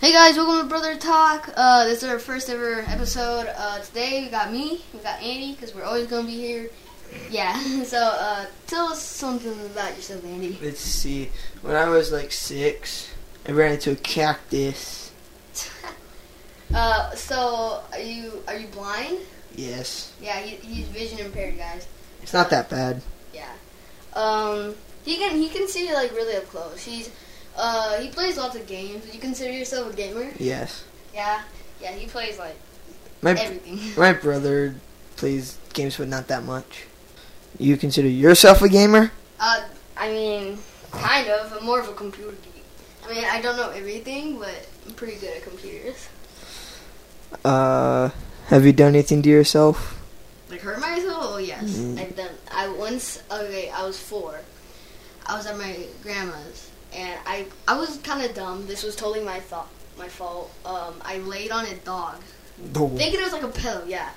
Hey guys, welcome to Brother Talk. Uh, this is our first ever episode. Uh, today we got me, we got Andy, because we're always gonna be here. Yeah. So uh, tell us something about yourself, Andy. Let's see. When I was like six, I ran into a cactus. Uh, so are you are you blind? Yes. Yeah, he, he's vision impaired, guys. It's not that bad. Yeah. Um, he can he can see like really up close. He's uh he plays lots of games. Would you consider yourself a gamer? Yes. Yeah. Yeah, he plays like My everything. my brother plays games, but not that much. You consider yourself a gamer? Uh, I mean, kind of. I'm more of a computer geek. I mean, I don't know everything, but I'm pretty good at computers. Uh, have you done anything to yourself? Like hurt myself? Oh yes, Mm. I've done. I once. Okay, I was four. I was at my grandma's, and I I was kind of dumb. This was totally my thought, my fault. Um, I laid on a dog, No. thinking it was like a pillow. Yeah,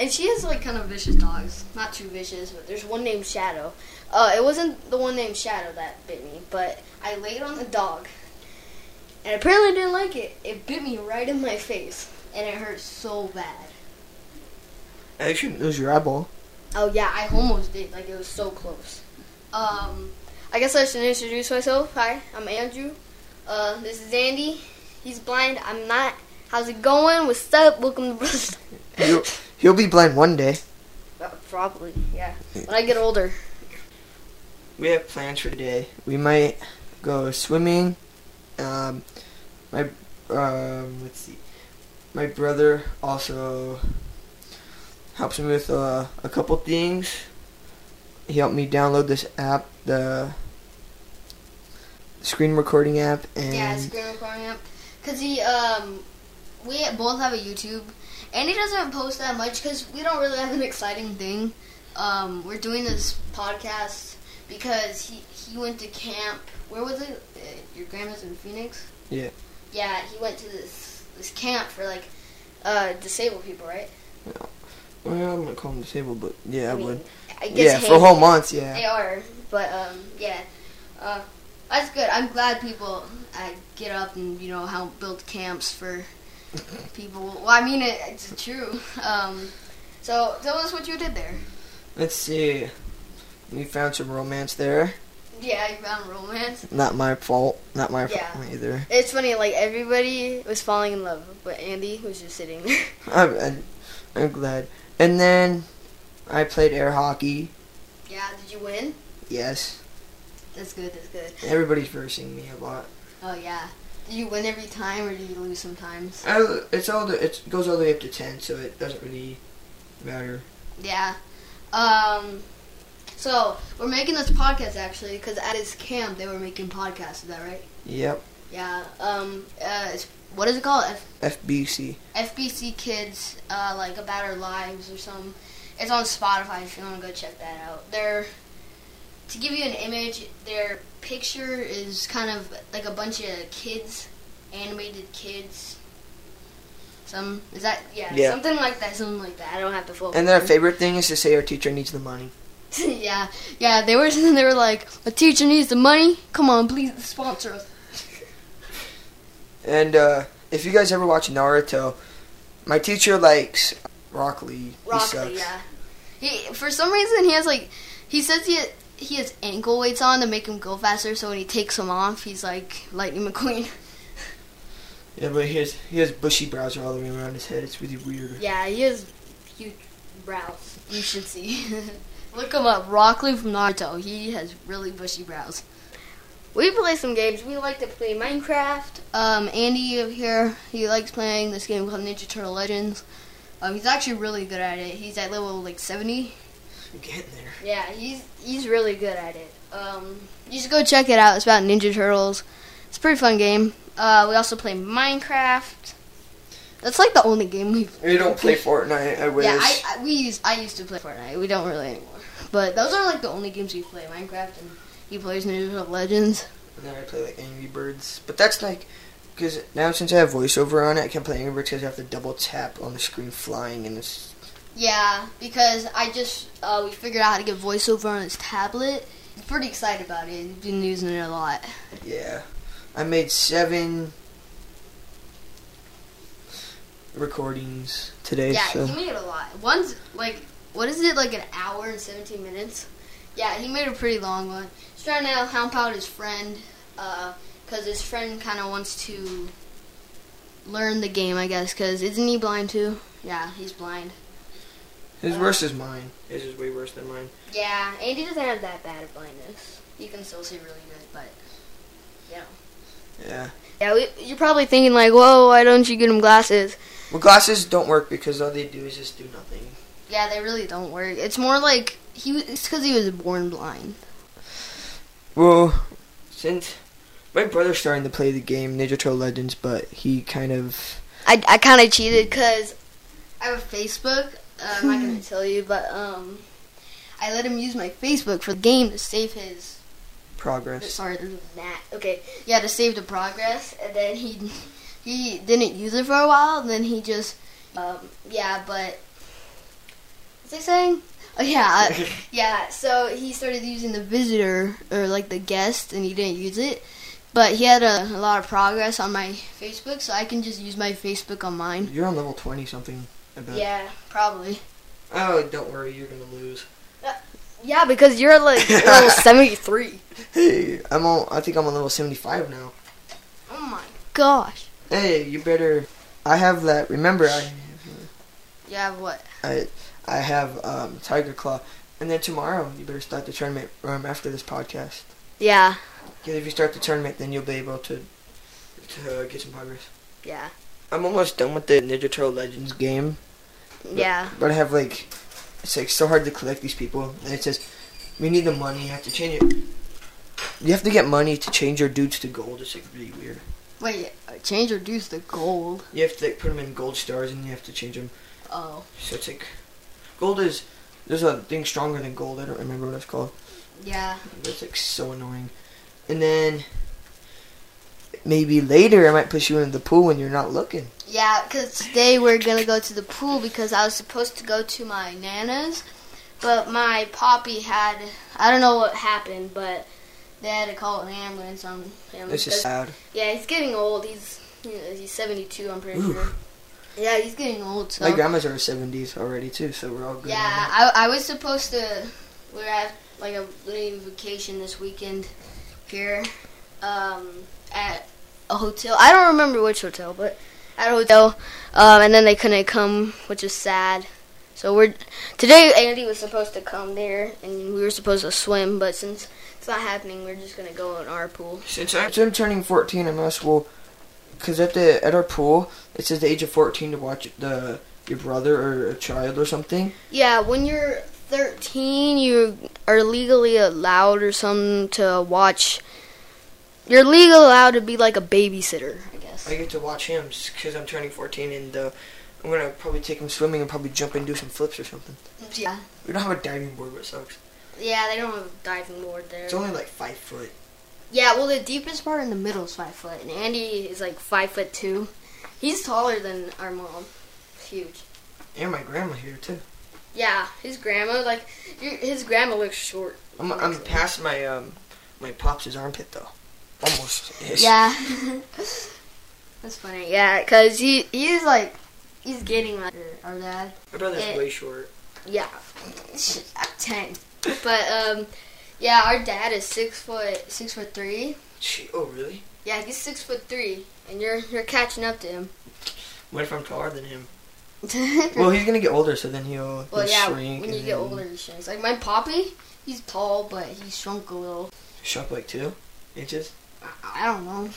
and she has like kind of vicious dogs. Not too vicious, but there's one named Shadow. Uh, it wasn't the one named Shadow that bit me, but I laid on the dog, and apparently didn't like it. It bit me right in my face, and it hurt so bad. Actually, it was your eyeball. Oh yeah, I almost did. Like it was so close. Um, I guess I should introduce myself. Hi, I'm Andrew. Uh, this is Andy. He's blind. I'm not. How's it going? What's up? Welcome to Brothers. You'll, you'll be blind one day. Uh, Probably, yeah. When I get older. We have plans for today. We might go swimming. Um, my um, let's see. My brother also helps me with uh, a couple things. He helped me download this app, the screen recording app, and Yeah, screen recording app. Cause he, um, we both have a YouTube, and he doesn't post that much because we don't really have an exciting thing. Um, we're doing this podcast because he he went to camp. Where was it? Uh, Your grandma's in Phoenix. Yeah. Yeah, he went to this this camp for like uh disabled people, right? well, I'm not calling disabled, but yeah, I, mean, would. I Yeah, for whole months, yeah. They are, but um, yeah, uh, that's good. I'm glad people uh, get up and you know help build camps for people. Well, I mean it, it's true. Um, so tell us what you did there. Let's see. We found some romance there. Yeah, you found romance. Not my fault. Not my Yeah. fault either. It's funny, like everybody was falling in love, but Andy was just sitting. I'm, I'm, I'm glad. And then I played air hockey. yeah, did you win? Yes, That's good. That's good. everybody's versing me a lot. Oh yeah. Did you win every time, or did you lose sometimes? I, it's all the, it goes all the way up to ten, so it doesn't really matter. Yeah. Um. So we're making this podcast actually because at his camp they were making podcasts. Is that right? Yep, Yeah. Um. Uh. It's, what is it called? F- FBC. FBC Kids. Uh. Like about our lives or something. It's on Spotify if you want to go check that out. They're to give you an image. Their picture is kind of like a bunch of kids, animated kids. Some is that yeah, Yeah. something like that something like that. I don't have the full. And their picture. favorite thing is to say our teacher needs the money. yeah, yeah. They were they were like, a teacher needs the money. Come on, please sponsor us. And uh, if you guys ever watch Naruto, my teacher likes Rock Lee. he Rock sucks. Lee, yeah. He for some reason he has like he says he he has ankle weights on to make him go faster. So when he takes them off, he's like Lightning McQueen. Yeah, but he has he has bushy brows all the way around his head. It's really weird. Yeah, he has huge brows. You should see. Look him up, Rockley from Naruto. He has really bushy brows. We play some games. We like to play Minecraft. Um, Andy over here, he likes playing this game called Ninja Turtle Legends. Um, he's actually really good at it. He's at level like seventy. I'm getting there. Yeah, he's he's really good at it. Um, you should go check it out. It's about Ninja Turtles. It's a pretty fun game. Uh, we also play Minecraft. That's like the only game we We don't play Fortnite. I wish. yeah, I, I we used I used to play Fortnite. We don't really anymore. But those are like the only games we play. Minecraft and he plays Ninja Legends. And then I play like Angry Birds. But that's like, because now since I have voiceover on it, I can't play Angry Birds because I have to double tap on the screen flying and it's. Yeah, because I just uh, we figured out how to get voiceover on his tablet. I'm pretty excited about it. He's been using it a lot. Yeah. I made seven recordings today. yeah, so. he made a lot. One's like, what is it, like an hour and 17 minutes? Yeah, he made a pretty long one. He's trying to help out his friend, because his friend kind of wants to learn the game, I guess, because isn't he blind too? Yeah, he's blind. His worse is mine. His is way worse than mine. Yeah, Andy doesn't have that bad of blindness. You can still see really good, but, you know. Yeah. Yeah, we, you're probably thinking, like, whoa, why don't you get him glasses? Well, glasses don't work because all they do is just do nothing. Yeah, they really don't work. It's more like he was, it's because he was born blind. Well, since my brother's starting to play the game Ninja Turtle Legends, but he kind of I, I kind of cheated because I have a Facebook. Uh, I'm not gonna tell you, but um, I let him use my Facebook for the game to save his. progress. Sorry, there's a gnat. Okay, yeah, to save the progress, and then he he didn't use it for a while, and then he just um, yeah, but what's he saying? Oh yeah, I- yeah. So he started using the visitor or like the guest, and he didn't use it. But he had a, a lot of progress on my Facebook, so I can just use my Facebook on mine. You're on level twenty something. I bet. Yeah, probably. Oh, don't worry, you're gonna lose. Yeah, because you're like level 73. Hey, I'm on. I think I'm on level seventy-five now. Oh my gosh. Hey, you better. I have that. Remember, I You have what? I I have um, Tiger Claw, and then tomorrow you better start the tournament um, after this podcast. Yeah, Because if you start the tournament, then you'll be able to to uh, get some progress. yeah, I'm almost done with the Ninja Turtle Legends game. yeah. But I have like, it's like so hard to collect these people. And it says, we need the money. You have to change it. You have to get money to change your dudes to gold. It's like really weird. Wait, uh, change or reduce the gold. You have to like, put them in gold stars, and you have to change them. Oh, So it's like, gold is there's a thing stronger than gold. I don't remember what it's called. yeah. But it's like so annoying. And then maybe later I might push you into the pool when you're not looking. Yeah, because today we're gonna go to the pool because I was supposed to go to my nana's, but my poppy had I don't know what happened, but they had to call an ambulance on him. This is because- sad. yeah, he's getting old. He's you know, he's seventy two. I'm pretty Oof. sure. Yeah, he's getting old. So My grandma's in her 70s already too, so we're all good. on Yeah, that. I, I was supposed to. We're at like a little vacation this weekend here um, at a hotel. I don't remember which hotel, but at a hotel. Um, and then they couldn't come, which is sad. So we're today. Andy was supposed to come there, and we were supposed to swim, but since it's not happening, we're just gonna go in our pool. Since I'm, since I'm turning 14, I must well, because at the at our pool it says the age of 14 to watch the your brother or a child or something. Yeah, when you're 13, you are legally allowed or something to watch. You're legally allowed to be like a babysitter, I guess. I get to watch him because I'm turning 14, and uh, I'm gonna probably take him swimming and probably jump and do some flips or something. Yeah, We don't have a diving board, which sucks. yeah, they don't have a diving board there. It's only like five foot. Yeah, well, the deepest part in the middle is five foot, and Andy is like five foot two. He's taller than our mom. Huge. And my grandma here too. Yeah, his grandma like your- his grandma looks short. I'm I'm past my um my pops' armpit though, almost. Yes. Yeah. That's funny. Yeah, cause he he's like he's getting like our dad. My brother's Yeah. way short. Yeah, I'm ten. But um, yeah, our dad is six foot six foot three. Gee, oh really? Yeah, he's six foot three, and you're you're catching up to him. What if I'm taller than him? Well, he's gonna get older, so then he'll, Mm-hmm. Well, he'll yeah, shrink. when and you get then older, he shrinks. Like my poppy, he's tall, but he shrunk a little. Shrunk like two inches. I don't know.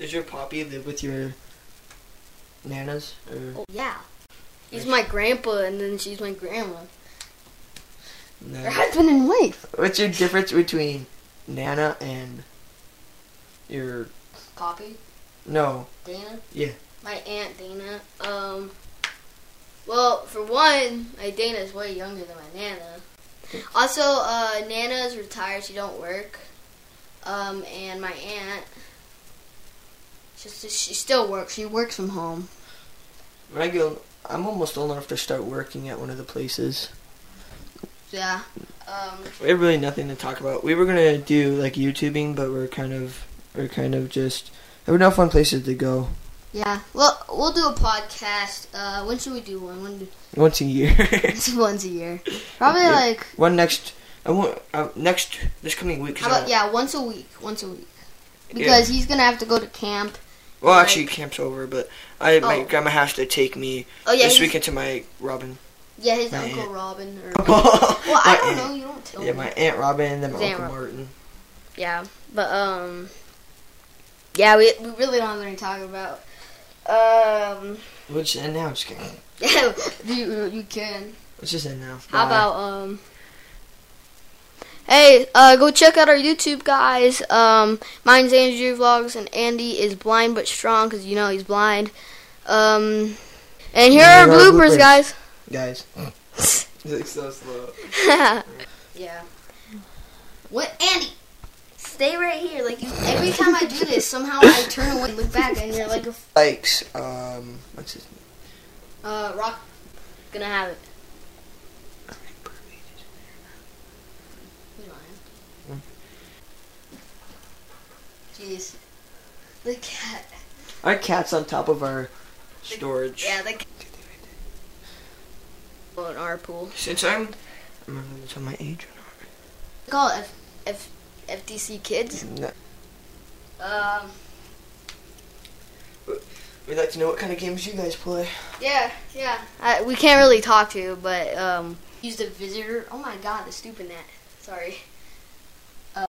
Does your poppy live with your nanas? Or Oh, yeah, he's my grandpa, and then she's my grandma. Her no? husband and wife. What's your difference between nana and your Poppy, no? Dana. Yeah. My aunt Dana. Um. Well, for one, my Dana is way younger than my Nana. Also, uh, Nana is retired; she don't work. Um, and my aunt, she, she still works. She works from home. When I go, I'm almost old enough to start working at one of the places. Yeah. Um. We have really nothing to talk about. We were gonna do like YouTubing, but we're kind of we're kind of just there were no fun places to go. Yeah. Well, we'll do a podcast. Uh, when should we do one? When do, Once a year. it's once a year. Probably Yeah. like one next. I want uh, next this coming week. 'cause how I about don't- yeah, once a week. Once a week. yeah. Because he's gonna have to go to camp. Well, actually, camp's over, but I my Oh. grandma has to take me Oh yeah, this he's- weekend to my Robin. yeah, his my uncle aunt. Robin. Or, well, well, I don't know. You don't tell Yeah, me. my aunt Robin and then my His aunt uncle Robin. Martin. Yeah, but um, yeah, we we really don't have anything to talk about. Um, Let's end now. Just kidding. you you can. Let's just end now. How Bye. about um? Hey, uh, go check out our YouTube, guys. Um, mine's Andrew Vlogs, and Andy is blind but strong because you know he's blind. Um, and here Yeah, are our there are bloopers, bloopers. guys. guys? it's so slow. yeah. What, Andy? Stay right here. Like you, every time I do this, somehow I turn away, and look back, and you're like a Likes. Um. What's his name? Uh, Rock gonna have it. Mm. Jeez, the cat. Our cat's on top of our storage. Yeah, the cat. Oh, in our pool. Since I'm. I don't know if it's on my age. Call it F, F, FDC Kids. No. Um, We'd like to know what kind of games you guys play. yeah, yeah. I, we can't really talk to, you, but um, used a visitor. Oh my God, the stupid net. Sorry.